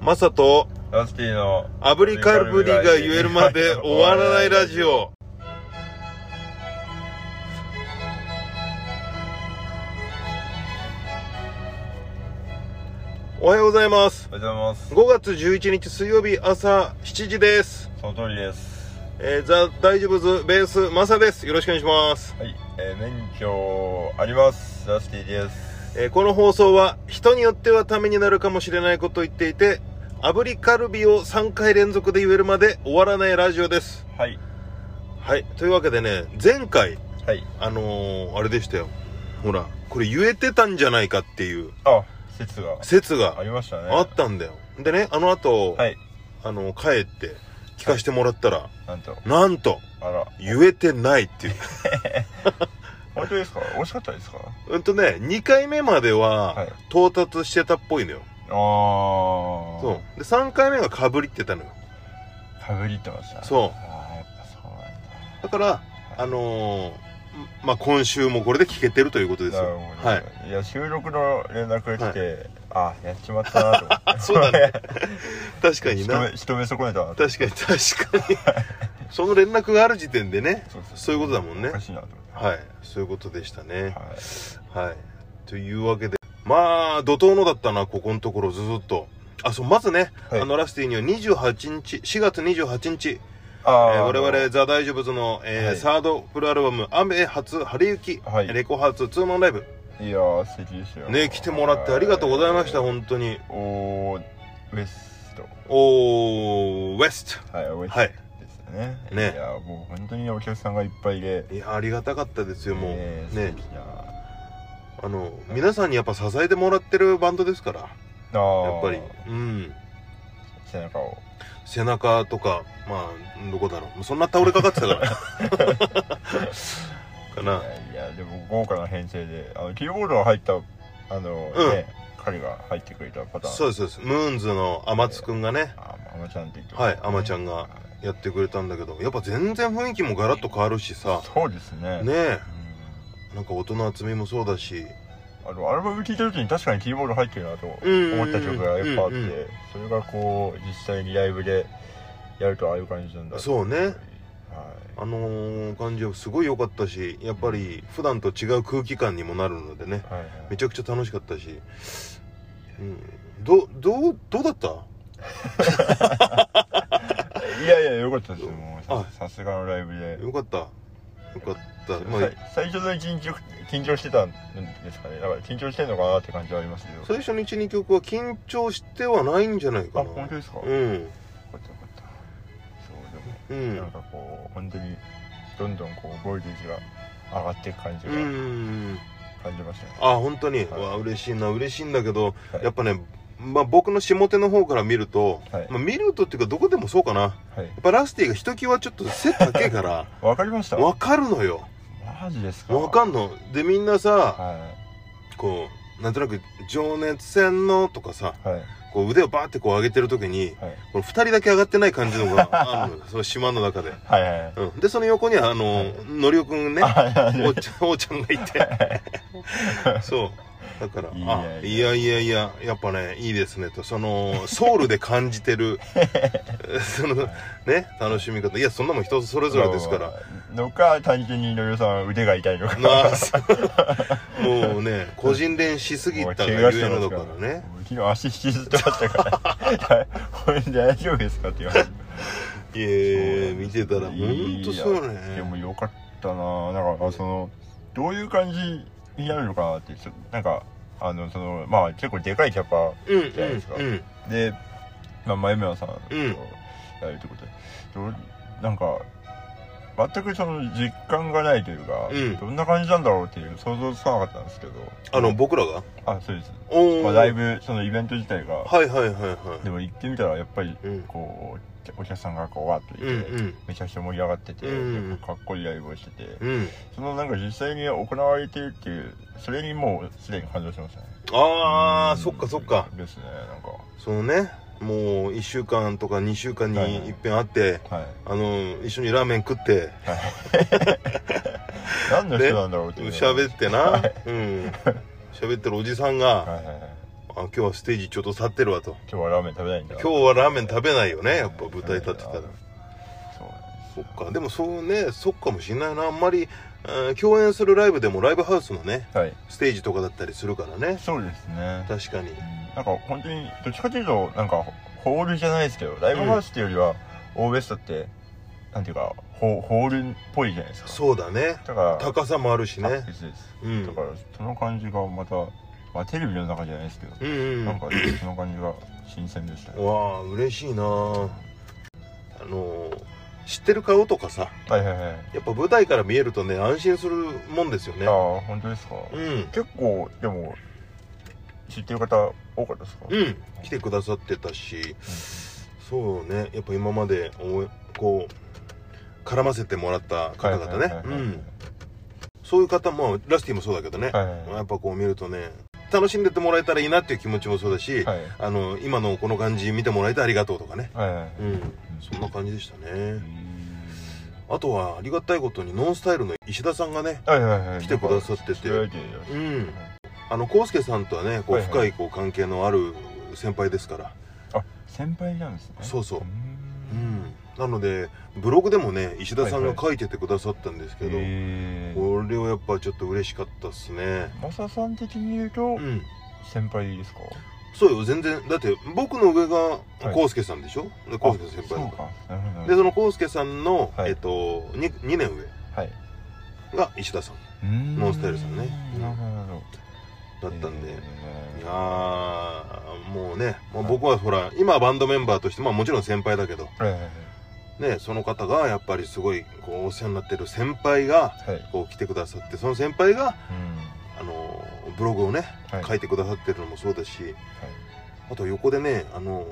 マサとラスティの炙りカルブリが言えるまで終わらないラジオ。おはようございます。おはようございます5月11日水曜日朝7時です。その通りですえー、ザ・大丈夫ズベースマサです。よろしくお願いします。はい、えー、免許ありますラスティですえーこの放送は人によってはためになるかもしれないことを言っていて、炙りカルビを3回連続で言えるまで終わらないラジオです。はいはい、というわけでね前回はいあのーあれでしたよほらこれ言えてたんじゃないかっていうあ説が説あがりましたねあったんだよでねあの後、はいあの帰って聞かせてもらったら、なんとなんとあら言えてない っていう本当ですか惜しかったですかうんとね2回目までははい到達してたっぽいのよ、ああそうで3回目がかぶりってたのよかぶりってましたそうああやっぱそうなだからあのーまあ今週もこれで聞けてるということんですだなるよほど、はい、い、や収録の連絡が来て、ああやっちまったなと思ってそうだ ね確かに一な目一目損ねたなと確かに確かにその連絡がある時点でねそうそうそういうことだもんねおかしいなと思ってはいそういうことでしたねはいはいというわけでまあ怒涛のだったなここのところずっとあそうまずね、はいあのラスティには28日4月28日、あえーあ我々ザ・大丈夫ズの、えーはいサードフルアルバム「雨初春雪、はいレコ発ツーマンライブいやー素敵でしたよ」ね来てもらってありがとうございました本当におーウエストおーウェスはいウエスはいトですね、ねいやーもう本当にお客さんがいっぱいでトいやありがたかったですよもう、えーね素敵なあの皆さんにやっぱ支えてもらってるバンドですからあーやっぱりうん背中を背中とかまあどこだろうそんな倒れかかってたから かないやいやでも豪華な編成であのキーボードが入ったあの、うんね彼が入ってくれたパターンそううですそうですムーンズの天津くんがねあまあまちゃんって言ってはいあまちゃんがやってくれたんだけどやっぱ全然雰囲気もガラッと変わるしさそうですねねえうなんか音の厚みもそうだしんあのアルバム聴いた時に確かにキーボード入ってるなとうん思った曲がやっぱあって、うんうんそれがこう実際にライブでやるとああいう感じなんだそうねはいあのー感じはすごい良かったしやっぱり普段と違う空気感にもなるのでねはいはいめちゃくちゃ楽しかったし、うん、どどうどうだったいやいやよかったですよもうあささすがのライブで、よかったよかった、まさあい、最初の緊張緊張してたんですかねだから緊張してんのかなって感じはありますけど最初の12曲は緊張してはないんじゃないあかな本当ですか、うよんかったよかったそうでも、うなんんかこう本当にどんどんこうボルテージが上がっていく感じうがん感じましたね、あ本当に、はいうわ嬉しいな嬉しいんだけど、はいやっぱね、まあ、僕の下手の方から見ると、はいまあ、見るとっていうかどこでもそうかなやはいっぱラスティがひときわちょっと背高いからわかりましたわかるのよマジですかわかんのでみんなさはこうなんとなく「情熱線の」とかさいはいこう腕をバーってこう上げてる時にはいこの2人だけ上がってない感じの があるのよその島の中で、はいはいはいうん、でその横にはあの、はいのりおくんねあはいはおいっちゃんおっちゃんがいて そうだからいやあいいやいやいややっぱねいいですねとそのソウルで感じて るそのね楽しみ方いやそんなもん人それぞれですからのか単純にのりおさん腕が痛いのかなあそうもうね個人練しすぎたがゆえのだからねもう昨日足引きずってましたから「これで大丈夫ですか?」って言われていやいや見てたらほんとそういやでもねよかったななんかそのどういう感じになるのかなってちょなんかあのそのまあ結構でかいキャパうんじゃないですかうんうんで、まあ、まゆめさんとうんやるってことで、どうなんか全くその実感がないというか、うんどんな感じなんだろうっていう想像つかなかったんですけどあの僕らがあそうです、おまあ、だいブぶそのイベント自体がはいはいはいはでも行ってみたらやっぱりいうんこうお客さんがこうわっといて、うんうんめちゃくちゃ盛り上がってて、うんやっぱかっこいいライブをしてて、うんそのなんか実際に行われているっていうそれにもうすでに感動しましたねああうんそっかそっかですねなんかそのねもう1週間とか2週間はいはにいいっぺん会って、はいあの一緒にラーメン食って何の人なんだろうっていうのが喋ってな、うん喋ってるおじさんが、はいはいはいあ今日はステージちょっと立ってるわと今日はラーメン食べないんだ今日はラーメン食べないよねやっぱ舞台立ってたらそうそっかでもそうねそっかもしんないなあんまり、えー共演するライブでもライブハウスのねはいステージとかだったりするからねそうですね確かになんか本当にどっちかというとなんかホールじゃないですけどライブハウスっていうよりはオーベストってなんていうかホホールっぽいじゃないですかそうだねだから高さもあるしねあですですうんだからその感じがまた、まあ、テレビの中じゃないですけど、うんうなんんかその感じが新鮮でしたうんねわあ嬉しいなあのー知ってる顔とかさはいはいはいやっぱ舞台から見えるとね安心するもんですよねああ本当ですか、うん結構でも知ってる方多かったですか、うん来てくださってたしそうねやっぱ今までおいこう絡ませてもらった方々ねはいはいはいはういんそういう方もラスティもそうだけどね、はいはいやっぱこう見るとね楽しんでってもらえたらいいなっていう気持ちもそうだし、はいあの今のこの感じ見てもらえてありがとうとかねはいはいうんそんな感じでしたねあとはありがたいことにノンスタイルの石田さんがねはいはいはい来てくださっててなんか知り合いでうんあの康介さんとはねこうはいはい深いこう関係のある先輩ですから、あ先輩なんですねそうそうーうんん、なのでブログでもね石田さんがはいはい書いててくださったんですけど、へーこれはやっぱちょっと嬉しかったっすねマサさん的に言うと、うん先輩ですかそうよ全然だって僕の上がい康介さんでしょ、で康介先輩そだうかかなるほどならるでほその康介さんの、はいえっと 2, 2年上どはいが石田さんうーんノンスタイルさんねなるほどなるほだどったんで、えーいやーもうね、まあ、はい僕はほら今はバンドメンバーとして、まあ、もちろん先輩だけど、はいはいはいね、その方がやっぱりすごいこうお世話になってる先輩がはいこう来てくださってその先輩が、うんあのーブログをねはい書いてくださってるのもそうだしあと横でね、あのー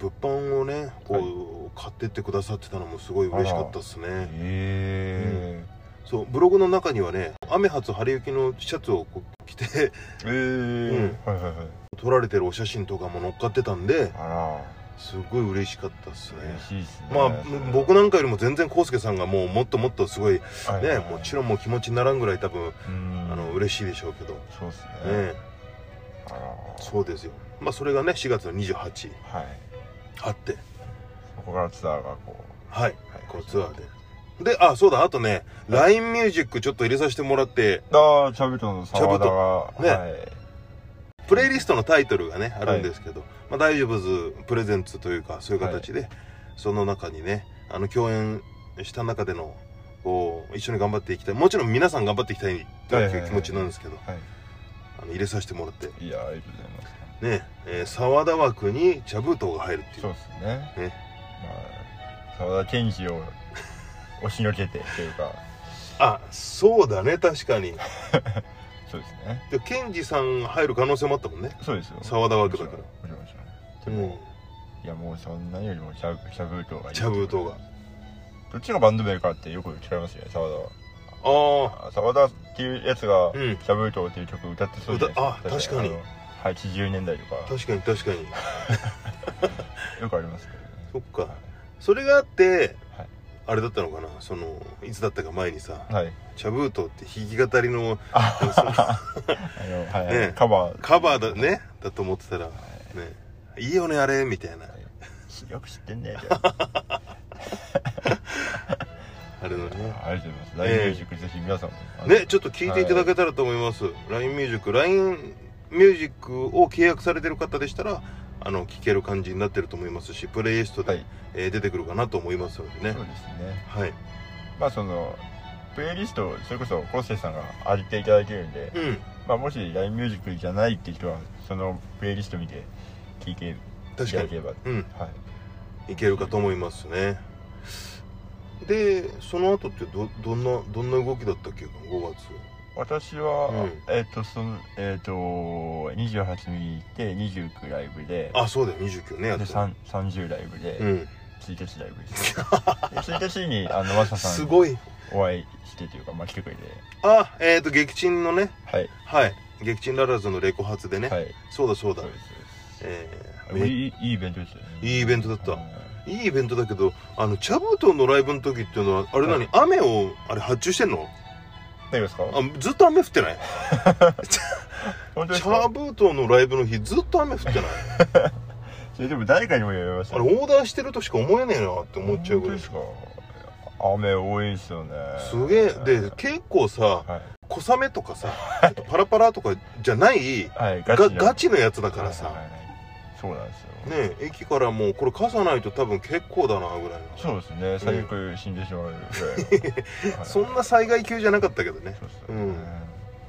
物販をねこう、買ってってくださってたのもすごい嬉しかったですはいねえそうブログの中にはね雨初晴れ行きのシャツをこう着てーえーはいはいはい撮られてるお写真とかも載っかってたんであすごい嬉しかったですらね嬉しいですねまあ僕なんかよりも全然康介さんがもうもっともっとすごいはいはいねはいもちろんもう気持ちにならんぐらい多分うんあの嬉しいでしょうけどねそうですねえあらそうですよまあそれがね4月の28はいあってそこからツアーがこはい、うはいこうツアーで。で、あ、そうだ、あとね、LINE ミュージックちょっと入れさせてもらって、ああチャブトの沢田がチャブトねはいプレイリストのタイトルがね、あるんですけど、まあ、大丈夫ズプレゼンツというか、そういう形で、その中にね、あの、共演した中での、こう、一緒に頑張っていきたい。もちろん皆さん頑張っていきたいとはいはいいはうい気持ちなんですけど、はあの入れさせてもらって、いいやありがとうございますね、えー沢田枠に茶封筒が入るっていそうう。ですねねまあ沢田研二を 押しのけてというかあ、そうだね、確かに。そうですねで、ケンジさん入る可能性もあったもんね。そうですよ沢田枠だかもら。ちろんもうちろんもちろんでんも、いやもうそんなよりもチャブチャブトがいい茶封筒が。どっちがバンド名かってよく聞かれますよね沢田はああ沢田っていうやつが「あ、うん。シャブートー」っていう曲歌ってそうじゃない歌あです確かにあの80年代とか確かに確かによくありますけどねそっかそれがあって、はいあれだったのかなそのいつだったか前にさはい「チャブート」って弾き語りのあそのあのはい、ねカバーカバーだねだと思ってたら、ね、いいよねあれみたいなよく知ってんねじゃ ああれのねありがとうございますライブミュージックぜひ皆さんもあのねちょっと聞いていただけたらと思います、LINE ミュージック LINE ミュージックを契約されてる方でしたらあの聞ける感じになってると思いますしプレイリストで、はいえー出てくるかなと思いますのでねそうですねはいまあそのプレイリストそれこそ昴生さんが上げていただけるんで、うんまあ、もし LINE ミュージックじゃないって人はそのプレイリスト見て聴いてい確かただにければうんはいいけるかと思いますねでその後ってどどんなどんな動きだったっけ5月私は、うんえっ、とそのえっ、と28に行って29ライブであそうだよ29ねやでってたさん30ライブで、うん1日ライブですで1日にあのマサさすんごいお会いしてというか、まあ、来てくれてあえっ、と撃沈のねはいはい撃沈ララズのレコ発でね、はいそうだそうだそうですそうえーですめいいいいイベントでしたよねいいイベントだったはいいいイベントだけどあのチャブトンのライブの時っていうのはあれ何、は雨をあれ発注してんの大丈夫ですかあずっと雨降ってない本当でチすかャーブートのライブの日ずっと雨降ってないそれでも誰かにも言われましたあれオーダーしてるとしか思えねえなって思っちゃうぐらい本当ですか雨多いですよねすげえで結構さはい小雨とかさちょっとパラパラとかじゃないはいガガチガチのやつだからはいはさいはいそうなんですよねえ駅からもうこれ傘ないと多分結構だなぐらいのそうですね最悪死んでしまうぐらいのはいそんな災害級じゃなかったけどねそうですうねん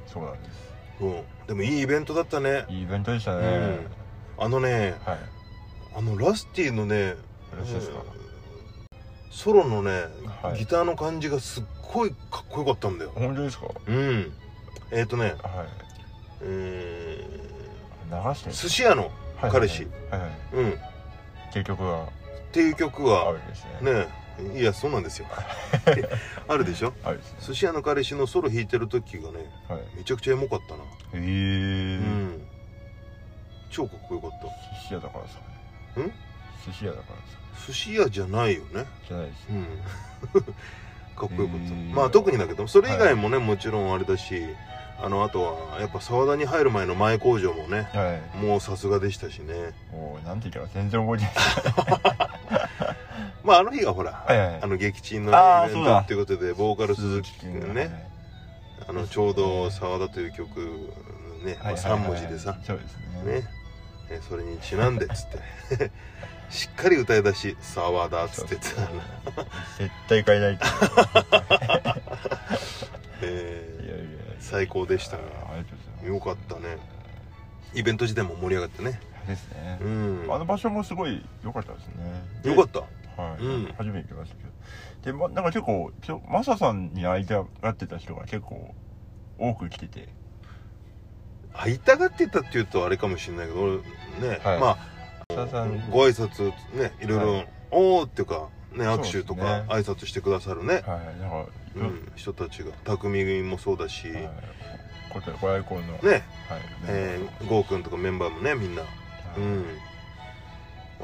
そうなんですうんでもいいイベントだったねいいイベントでしたね、うんあのねはいよあのラスティのねろしいですか、ソロのね、はいギターの感じがすっごいかっこよかったんだよ本当ですかうんえっ、ー、とねはいえ流してーる寿司屋のはい彼氏はいはい「うん」っ結局はていう曲あがるんですねねいやそうなんですよ あるでしょあるですね寿司屋の彼氏のソロ弾いてる時がねはいめちゃくちゃエモかったなええうーん超かっこよかった寿司屋だからさん寿司屋だからさ寿司屋じゃないよねじゃないですうねん かっこよかっえた、ーまあ特にだけどそれ以外もね、もちろんあれだしあのあとはやっぱ沢田に入る前の前工場もねはいもうさすがでしたしねもうなんて言ったか全然覚えてないまああの日がほら、はいはいはいあの撃沈のあーねイベンそうトだっていうことでボーカル鈴木君がねあのちょうど「沢田」という曲のね、はいはいはい3文字でさ、そうですねねえそれにちなんでっつって しっかり歌い出し「沢田」っつそっうてでたすね絶対買えないってえいーやいや 最高でしたねありがとうございますよかったねイベント自体も盛り上がってねですねうんあの場所もすごい良かったですねでよかったはい、うん初めて行きましたけどで、ま、なんか結構きょマサさんに会いたがってた人が結構多く来てて会いたがってたっていうとあれかもしれないけど俺ね、はいまマサさあんご挨拶ねいろいろ、はおおっていうかね握手とそうかですね挨拶してくださるねはいなんか、ううんん、人たちが匠もそうだし、はいね、、こうやってご愛好の、はいえー、ゴーくんとかメンバーもねみんなうはいん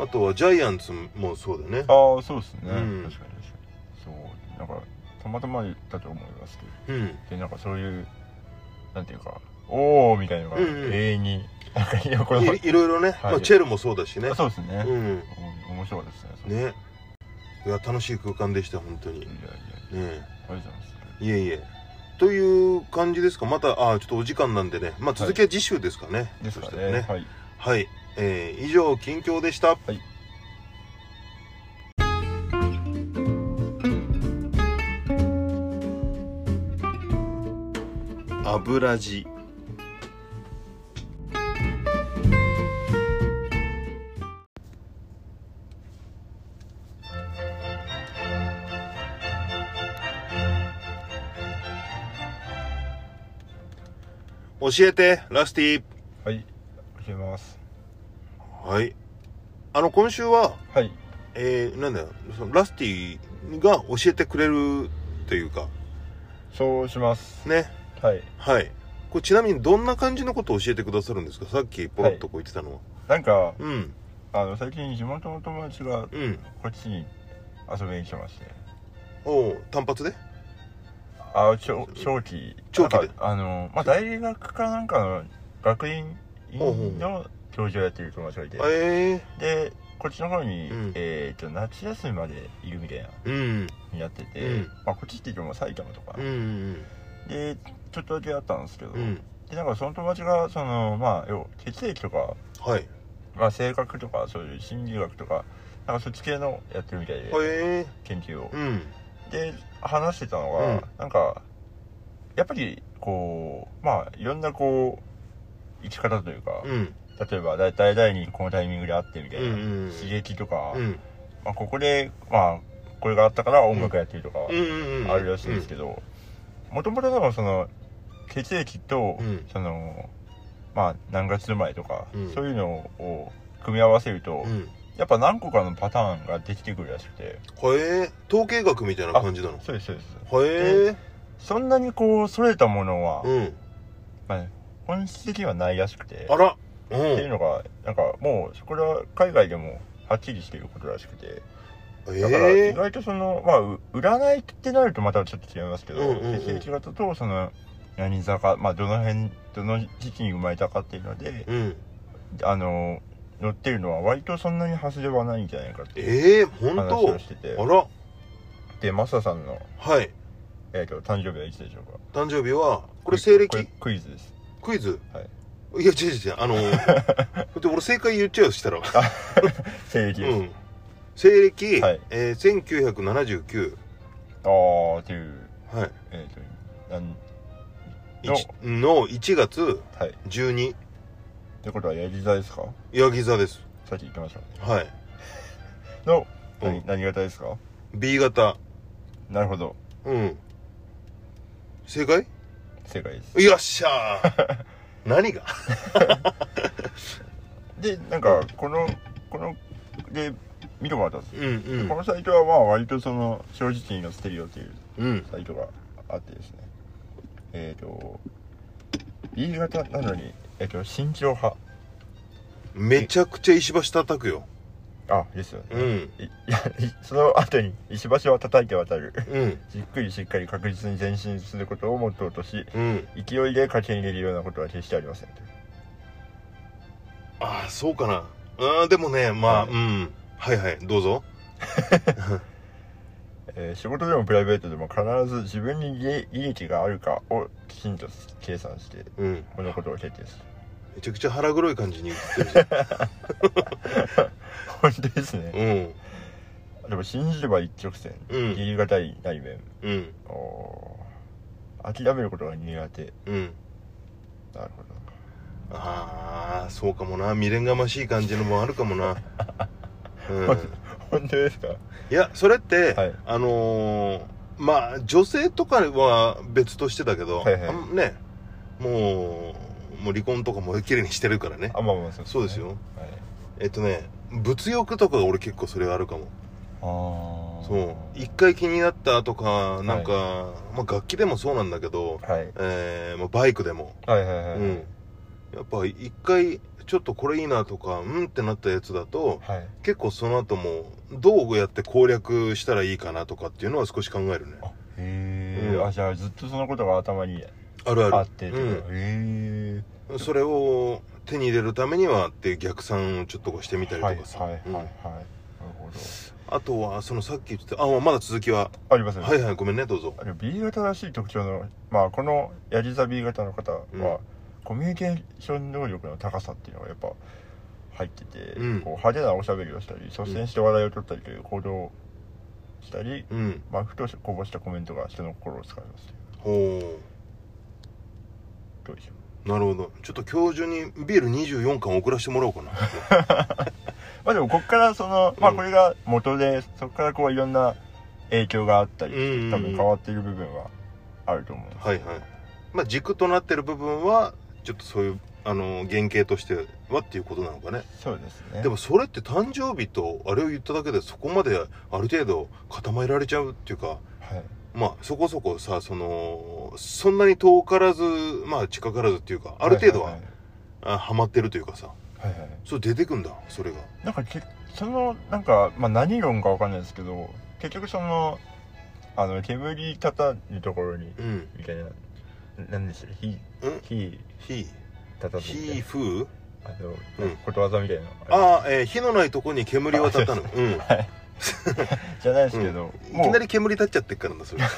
あとはジャイアンツもそうだよねああそうですうんね、確かに確かにそうなんかたまたまだと思いますけどうんでなんかそういうなんていうかおおみたいなのがうんうん永遠に、なんか横のいいろいろね、はいまあ、チェルもそうだしねあそうですね、うんお面白かったですねそれねいや楽しい空間でした本当にいやねいやえありがとうございますいえいえという感じですかまたあちょっとお時間なんでねまあ続きは次週ですかね、ですかそしたねらねはいはい、えー以上近況でした油地教えてラスティはい教えますはいあの今週ははいえー、なんだよそのラスティが教えてくれるというかそうしますねはいはいこれちなみにどんな感じのことを教えてくださるんですかさっきポロッとこう言ってたのは、なんかうんあの最近地元の友達がうんこっちに遊びに来てましておう単発であ長長期長期でなんかあのまあ大学かなんかの学院ほうほうの教授をやってる友達がいてえでこっちの方に、うんえー、と夏休みまでいるみたいなえうんになってて、うんまあ、こっちって言っても埼玉とか、うんうんでちょっとだけあったんですけど、うんでなんかその友達がそのまあ要血液とか、はいまあ、性格とかそういう心理学とかなんかそっち系のやってるみたいで、え研究をえうんで話してたのが、うんなんかやっぱりこうまあいろんなこう生き方というか、うん例えばだ誰々にこのタイミングで会ってみたいな、うんうんうん刺激とか、うんまあ、ここでまあこれがあったから音楽やってるとかうんうんうんあるらしいんですけどもともと多分その血液と、うんそのまあ何月生まれとか、うんそういうのを組み合わせると、うんうんやっぱ何個かのパターンができてくるらしくてはえ統計学みたいな感じなのはそうですそうですえそんなにこうそれたものは、うんまあ、本質的にはないらしくてあらうっていうんのがなんかもうこれは海外でもはっきりしていることらしくてだからえ意え外とその、まあう占いってなるとまたちょっと違いますけど、うんうんうん血液型とその何座か、まあ、どの辺どの時期に生まれたかっていうので、うんあの乗ってるのは割とそんなに外れはないんじゃないかってえいうえ本話当をしててあらでマサさんの、はいえー、と誕生日はいつでしょうか誕生日はこれ西暦これクイズですクイズ、、はいや違う違う違うあの だって俺正解言っちゃうよしたら西暦うです、ん西暦、はいえー、1979あーっていうはいえっ、となんの一の1月はいっ12てことはやり座ですかヤギ座ですさっき言ってましたねはい、の、うん何何型ですか B 型なるほどうん正解正解ですよっしゃ ー何がでなんかこのこので見てもらったんですうんうこんのサイトはまあ割とその正直に載せてるよっていう うんサイトがあってですねえっ、ー、と B 型なのに、えっと慎重派めちゃくちゃ石橋叩くよあですよね、うんいいやいその後に石橋を叩いて渡るうんじっくりしっかり確実に前進することをモットーとしうん勢いで駆け入れるようなことは決してありませんとああそうかなあーでもねまあ、はいうんはいはいどうぞえー仕事でもプライベートでも必ず自分に利利益があるかをきちんと計算してうんこのことを決定するめちゃくちゃ腹黒い感じに映ってるじゃん 本当です ねうんでも信じれば一直線う義ん理がたい内面うんおー諦めることが苦手うんなるほああそうかもな未練がましい感じのもあるかも なうんど本当ですかいやそれって、はいあのーまあ女性とかは別としてだけど、はいはいあんねもうもう離婚とかも綺麗にしてるからねあまあまあそう,、そうですよはい、えっとね物欲とかが俺結構それあるかもああそう一回気になったとかなんか、まあ、楽器でもそうなんだけど、はいえーまあ、バイクでもはいはいはい、うん、やっぱ一回ちょっとこれいいなとかうんってなったやつだとはい結構その後もどうやって攻略したらいいかなとかっていうのは少し考えるねあへえ、うんあじゃあずっとそのことが頭にあるああってるってことへうん、それを手に入れるためにはっていう逆算をちょっとこうしてみたえりはいとはいかさ、はいはい、うんなるほどあとはそのさっき言ってたあまだ続きはありますねはいはいごめんねどうぞあの B 型らしい特徴のまあこのやり座 B 型の方は、うんコミュニケーション能力の高さっていうのがやっぱ入ってて、うんこう派手なおしゃべりをしたり率先して笑いを取ったりという行動をしたり、うんまあ、ふとこぼしたコメントが人の心をつかみますねほどうでしょううなるほどちょっと今日中にビール24缶送らせてもらおうか なまあでもこっからその、まあうんこれが元でそこからこういろんな影響があったりして、うんうんうん多分変わっている部分はあると思うんですはいはいまあ軸となってる部分はちょっとそういうあの原型としてはっていうことなのかねそうですねでもそれって誕生日とあれを言っただけでそこまである程度固められちゃうっていうかはいまあそこそこさそのそんなに遠からずまあ近からずっていうかある程度ははいあハマってるというかさはいはいはいそう出てくんだそれがなんかけそのなんか、まあ、何論かわかんないですけど結局そのあの煙立たぬところにうんみたいな何でしたっけ火火火立たずみた火い風なあの、うんことわざみたいなのああ、えー火のないとこに煙は立 たぬうんいじゃないですけど、もうきなり煙立っちゃってっからなそ れは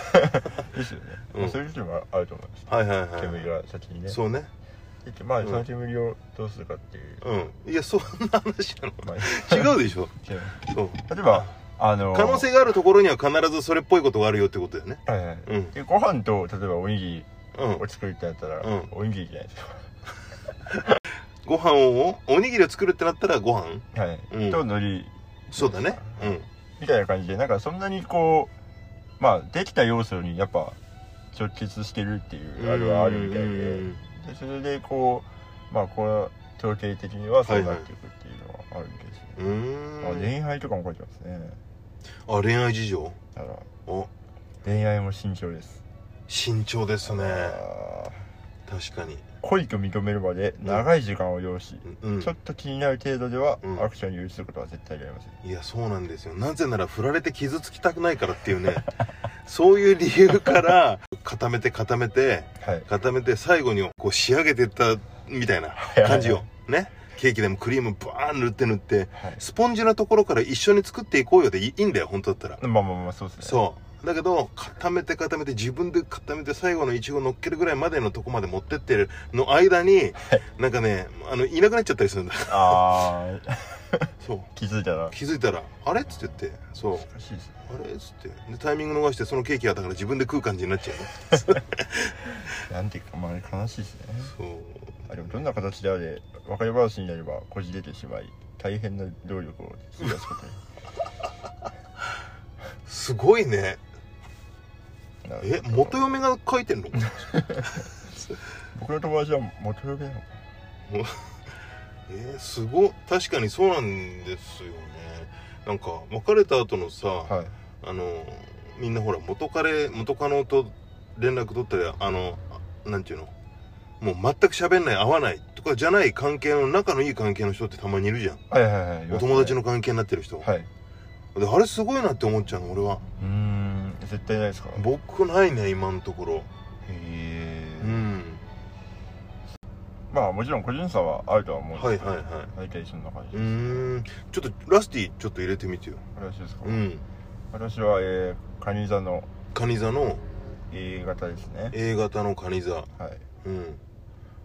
ですよね、うんまあそういう時もあると思います、いはいはい煙が先にねそうねでまあうんその煙をどうするかっていう、うんいやそんな話なのまあ、違うでしょ違うそう 例えばあの可能性があるところには必ずそれっぽいことがあるよってことだよねはいはいうんでご飯と例えばおにぎりうんを作るってなったら、うんおにぎりじゃないですかご飯をおにぎりを作るってなったらご飯はい、うんと海苔そうだねうんみたいな感じでなんかそんなにこうまあできた要素にやっぱ直結してるっていうあれはあるみたいうんででそれでこうまあこれは統計的にはそうなっていくっていうのはあるみたいですね、うーんあ恋愛とかも書いてますねあ恋愛事情だからお恋愛も慎重です慎重ですねあー確かに恋と認めるまで長い時間を要し、うんうんちょっと気になる程度ではうんアクションに移すことは絶対にありません、いやそうなんですよなぜなら振られて傷つきたくないからっていうねそういう理由から固めて固めてはい固めて最後にこう仕上げてったみたいな感じをねケーキでもクリームバーン塗って塗ってはいスポンジのところから一緒に作っていこうよでいいいんだよ本当だったらまあまあまあそうですねそうだけど固めて固めて自分で固めて最後のイチゴ乗っけるぐらいまでのとこまで持ってってるの間になんかねあのいなくなっちゃったりするんだああそう気づいたら気づいたら「あれ?」っつって言ってそう難しいですねあれっつってでタイミング逃してそのケーキはだから自分で食う感じになっちゃうねなんていうかまあ悲しいですねそうあでもどんな形であれ別れ話になればこじれてしまい大変な労力を費やすことすごいねになるえ元嫁が書いてんの僕の友達は元嫁なのかえー、すごっ確かにそうなんですよねなんか別れた後のさ、なはいあのみんなほら元彼元カノと連絡取ったりあのあなんていうのもう全く喋んない会わないとかじゃない関係の仲のいい関係の人ってたまにいるじゃん、はいはいはいお友達のの関係になってる人、はいはいであれすごいなって思っちゃうの俺はうーん絶対ないですかへ僕ないね今のところえうんまあもちろん個人差はあるとは思うんはでいすけどはいは大体そんな感いじうーですんちょっとラスティちょっと入れてみてよ私ですかうん私はえーカニ座のカニ座の A 型ですね A 型のカニ座はいうん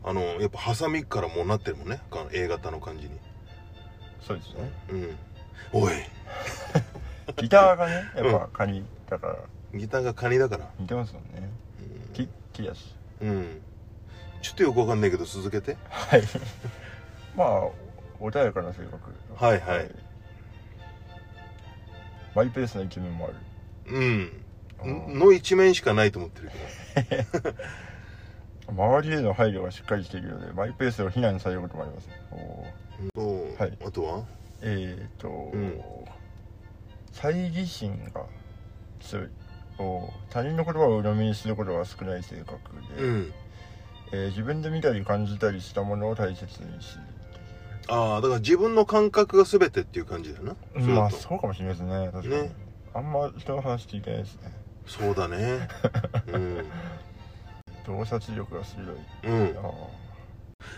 あのやっぱハサミからもうなってるもんねか A 型の感じにそうですねうんおいギターがねやっぱカニだからギターがカニだから似てますもんね木木だしうん、うんちょっとよくわかんないけど続けてはい まあ穏やかな性格はいはいマイペースな一面もあるうんあんーの一面しかないと思ってるけ周りへの配慮がしっかりしているのでマイペースを非難されることもありますおーど、そうはいあとはえー、と、ん猜疑心が強いお他人の言葉を鵜呑みにすることが少ない性格で、うんえー自分で見たり感じたりしたものを大切にしああだから自分の感覚が全てっていう感じだよなるそうまあだとそうかもしれないですね確かに、ねあんま人の話聞いてないですねそうだ ねうん、洞察力が鋭いうんあ、ー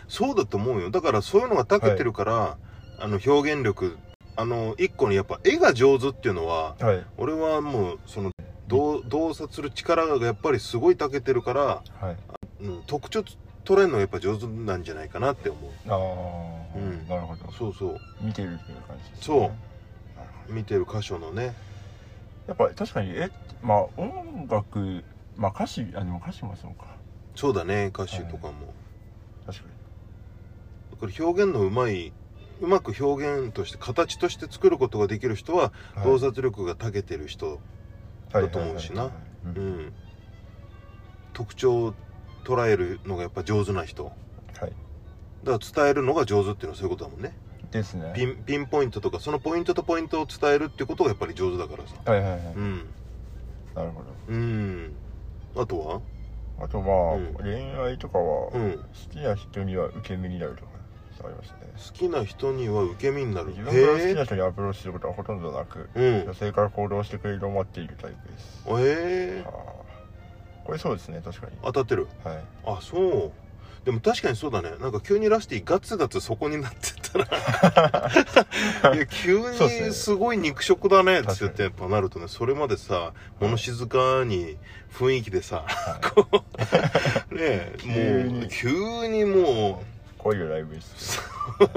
そうだと思うよだからそういうのが長けてるから、あの表現力あの一個にやっぱ絵が上手っていうのははい俺はもうその洞洞察する力がやっぱりすごい長けてるからはいうん、特徴捉えるのはやっぱ上手なんじゃないかなって思うああ、うんなるほどそうそう見てるという感じです、そうなるほど見てる箇所のねやっぱ確かにえまあ音楽まあ歌詞あでも歌詞もそうかそうだね歌手とかも、確かにだから表現のうまいうまく表現として形として作ることができる人ははい洞察力が長けてる人、だと思うしなはいはいはういはいん特徴を捉えるのがやっぱ上手な人はいだから伝えるのが上手っていうのはそういうことだもんねですねピンピンポイントとかそのポイントとポイントを伝えるっていうことがやっぱり上手だからさはいはいはい、うんなるほうんあとはどあとまあ、うん恋愛とかは、う好んきな人には受け身になるとかありますね好きな人には受け身になる自分から好きへな人にアプローチすることはほとんどなくえうん女性から行動してくれると思っているタイプですあええーこれそうですね確かに当たってるはいあそうでも確かにそうだねなんか急にラスティガツガツそこになってった らいや急そうっすねにすごい肉食だねっつ確かっにてやっぱなるとねそれまでさい物静かに雰囲気でさ、ねえもう急にも恋をライブにす る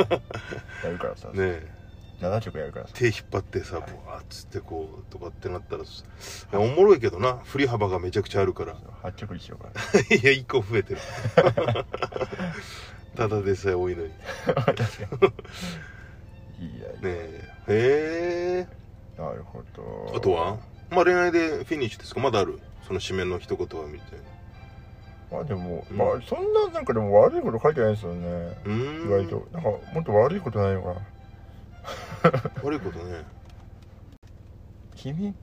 やるからさ、うねえ7曲やるからさ手引っ張ってさブワーッつってこうとかってなったらさいやおもろいけどな振り幅がめちゃくちゃある から8曲にしようか ないや、一個増えてる。 ただでさえ多いのに。ね確かにいいやいいやえ。へえ。なるほどあとはまあ恋愛でフィニッシュですかまだあるその締めの一言はみたいな。まあでも、うんまあそんななんかでも悪いこと書いてないですよね、うーん。意外と。なんかもっと悪いことないのかな悪いことね。秘密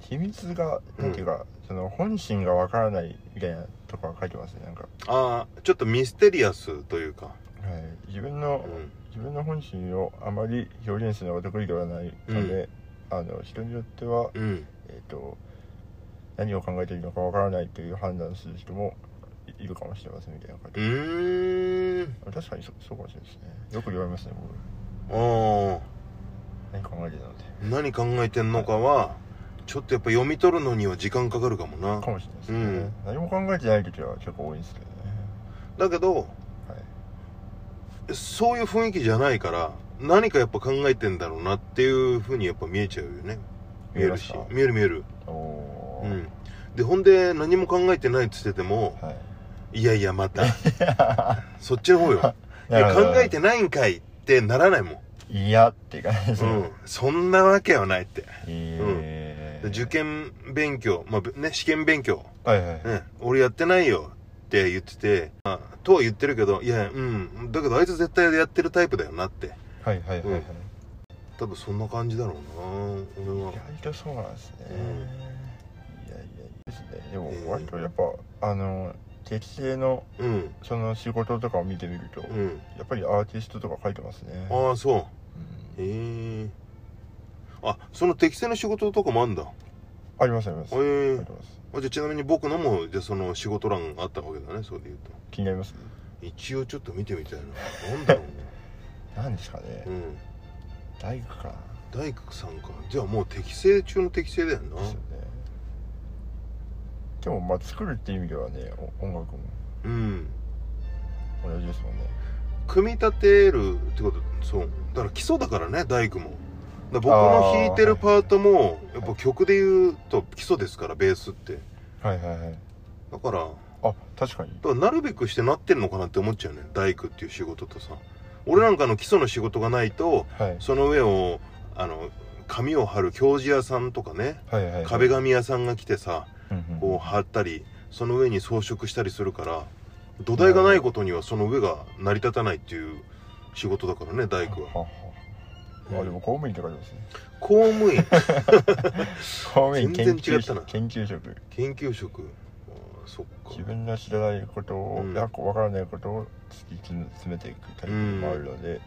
秘密がなんていうか、その本心がわからないみたいなとか書いてますねなんか、ああ、ちょっとミステリアスというか。はい、自分うの、ん。自分の本心をあまり表現するのが得意ではないので、あの人によってはうん。えっ、と何を考えているのかわからないという判断する人もいいるかもしれませんみたいな感うじ、ーん確かにそそうかもしれないですねよく言われますね僕あー何考えてるのって何考えてんのかはちょっとやっぱ読み取るのには時間かかるかもなかもしれないですね、うん何も考えてない時は結構多いんですけどねだけどはいそういう雰囲気じゃないから何かやっぱ考えてんだろうなっていうふうにやっぱ見えちゃうよね見えるし見えますか見える見えるおおうー、んでほんで何も考えてないっつっててもはいい やいやま た そっちの方よいや考えて ないんかいってならないもん、いやっていう感じですうね、ん、そんなわけはないってえーで受験勉強、まあぶね、試験勉強、はいはい、うん、俺やってないよって言ってて、あ、とは言ってるけどいやうんだけどあいつ絶対やってるタイプだよなってはいはいはいはい、うん多分そんな感じだろうな俺は意外とそうなんですね、うんいやいやいいですねでえーも割とやっぱ、あの適正のうんその仕事とかを見てみると、うんやっぱりアーティストとか書いてますねああそううんへえあその適正な仕事とかもあんだへありますあります、え書いてますあじゃあちなみに僕のもじゃあその仕事欄があったわけだねそれで言うと気になります一応ちょっと見てみたいななんだろ何ですかね、うなうん大工かな大工さんかじゃあもう適正中の適正だよなですよねでもまあ作るって意味ではねお音楽もうん同じですもんね組み立てるってことそうだから基礎だからね大工もだから僕の弾いてるパートもやっぱ曲で言うと基礎ですからベースってはいはいはいだからあ確かにだからなるべくしてなってるのかなって思っちゃうね大工っていう仕事とさ俺なんかの基礎の仕事がないとはいその上をあの紙を貼る教授屋さんとかねはいはいはい壁紙屋さんが来てさうんうんこう貼ったりその上に装飾したりするから土台がないことにはその上が成り立たないっていう仕事だからね大工はははあでも公務員って書いてますね公務員公務員研全然違究ったな職研究職研究職あーそっか自分の知らないことを、うんなんか分からないことを突き詰めていくタイプもあるので、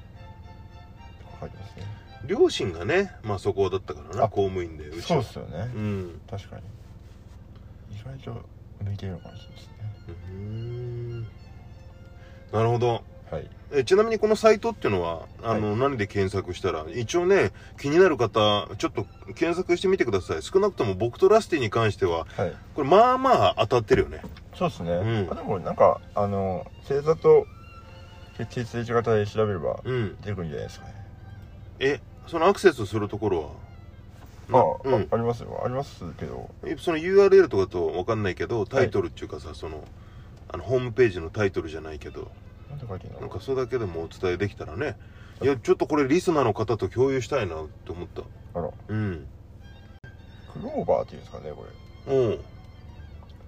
書いてますね両親がねまあそこだったからなあ公務員でうちそうはっすよね、うん確かに意外と向いてるのかもしれないですねうーんなるほどはいえちなみにこのサイトっていうのはあの、何で検索したら一応ね気になる方ちょっと検索してみてください少なくとも僕とラスティに関してははいこれまあまあ当たってるよねそうですね、うんあでもなんかあの星座と血液型で調べればうん出てくるんじゃないですかね、えそのアクセスするところはあ、なあうんありますよありますけどえその URL とかとわかんないけどタイトルっていうかさ、そのあのホームページのタイトルじゃないけどなんて書いてんだなろんうかそれだけでもお伝えできたらねいやちょっとこれリスナーの方と共有したいなって思ったあらうんクローバーっていうんですかねこれおう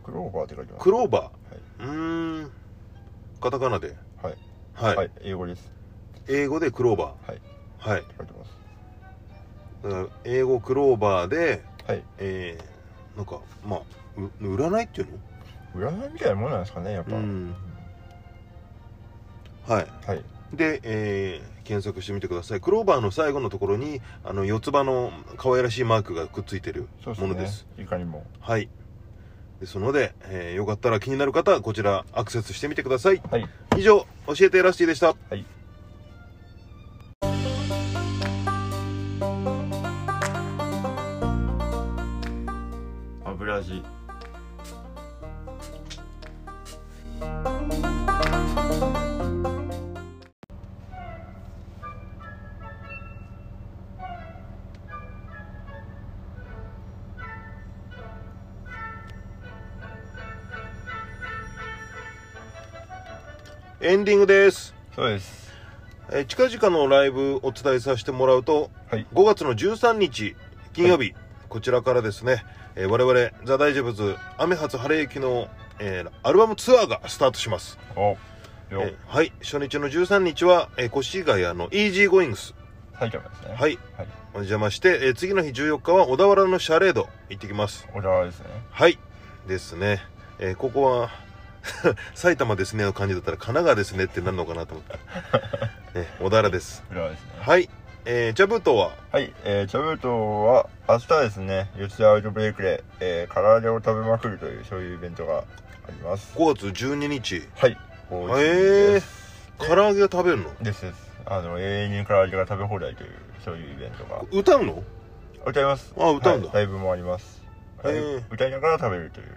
クローバーって書いてますクローバー、うーんカタカナではいはい、はい英語です英語でクローバはいーはい書いてますだから英語クローバーではいえー、なんかまあう占いっていうの占いみたいなもんなんですかねやっぱ、うんはいはいで、えー検索してみてくださいクローバーの最後のところにあの四つ葉の可愛らしいマークがくっついてるそうですもねのですいかにもはいですので、えーよかったら気になる方はこちらアクセスしてみてくださいはい以上教えてラスティでしたはい油味エンディングですそうですえー近々のライブお伝えさせてもらうと、はい5月の13日金曜日、こちらからですね、えー我々ザ・ダイジェブズ雨初晴れ駅の、えーアルバムツアーがスタートします、おえよ、ーはい初日の13日は、えー、越谷のイージーゴイングス埼玉ですね、はいいはい、お邪魔して、えー次の日14日は小田原のシャレード行ってきます小田原ですねはいですね、えーここは 埼玉ですねの感じだったら神奈川ですねってなるのかなと思った、ね、小田原です小田原ですねはい。えー、ジャブートははい、えー、チャブートは明日ですね、吉田アウトブレイクで、えー、唐揚げを食べまくるという、そういうイベントがあります。 5月12日はい、こういうです。唐揚げを食べるのですです。あの、永遠に唐揚げが食べ放題という、そういうイベントが。歌うの歌います。あ歌うんだはいライブもあります。へー歌いながら食べるという。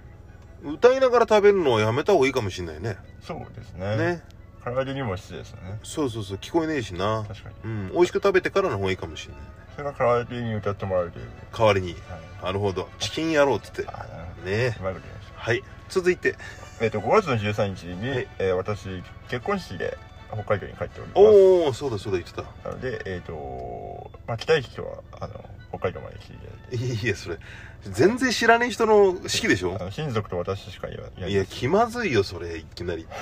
歌いながら食べるのはやめた方がいいかもしれないねそうですね。ね唐揚げにも失礼ですよね。そうそうそう聞こえねえしな確かに。うん美味しく食べてからの方がいいかもしれないねそれが唐揚げに歌ってもらうという。代わりにはい。なるほどチキン野郎っつってあ、なるほど。ねうまいこと言いました。はい続いてえっ、と、5月の13日に、はいえー私、結婚式で北海道に帰っております。おおそうだそうだ言ってたなので、えっ、とまあ、来たい人は、あの、北海道まで来ていただいて。いやそれ全然知らねえ人の式でしょあの親族と私しかいないいや気まずいよそれいきなりって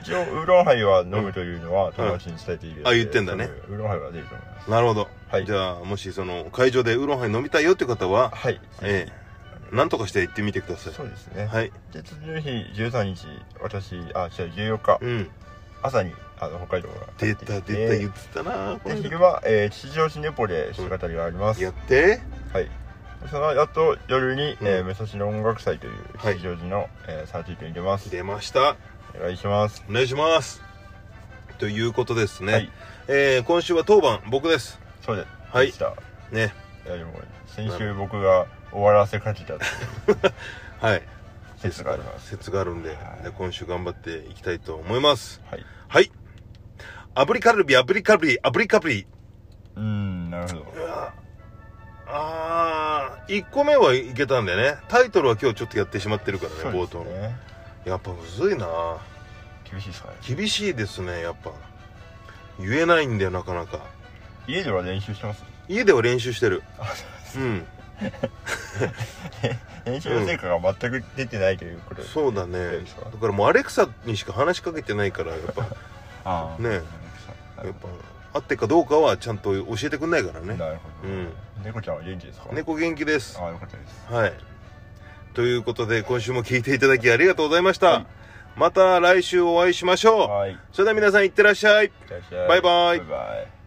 一応ウーロンハイは飲むというのは友達に伝えている、あ言ってんだねそうウーロンハイは出ると思いますなるほど、はいじゃあもしその会場でウーロンハイ飲みたいよって方ははいええなんとかして行ってみてくださいそうですね、はいで次の日13日私あ違う14日うん朝にあの北海道が出た出た言ってたなこの間で 昼は、えー吉祥寺ネポで弾き語りがあります、やってはい。その後、夜に、えーうん武蔵野音楽祭というはい吉祥寺の、えー、サーティートに出ます。出ましたお願いします。お願いしますということですね、はい。えー今週は当番僕ですそうではいでした。ねいや、でも、先週僕が終わらせかけたっていうはい説があります。説があるんではいで今週頑張っていきたいと思いますはい。はいアブリカルビアブリカルビアブリカルビうーん、なるほど。うわあー1個目はいけたんでねタイトルは今日ちょっとやってしまってるからねそう冒です頭のね。やっぱむずいな厳しいですかね。厳しいですねやっぱ言えないんだよなかなか家では練習してます家では練習してるうん練習の成果が全く出てないということで。そうだねそうですかだからもうアレクサにしか話しかけてないからやっ ぱあーねえなるほどやっぱ合ってかどうかはちゃんと教えてくんないからねなるほうど。ん猫ちゃんは元気ですか猫元気ですああ、よかったです。はいということで今週も聞いていただきありがとうございました、はいまた来週お会いしましょうはい。いそれでは皆さんいってらっしゃいってらっしゃいバイバイバイバイ。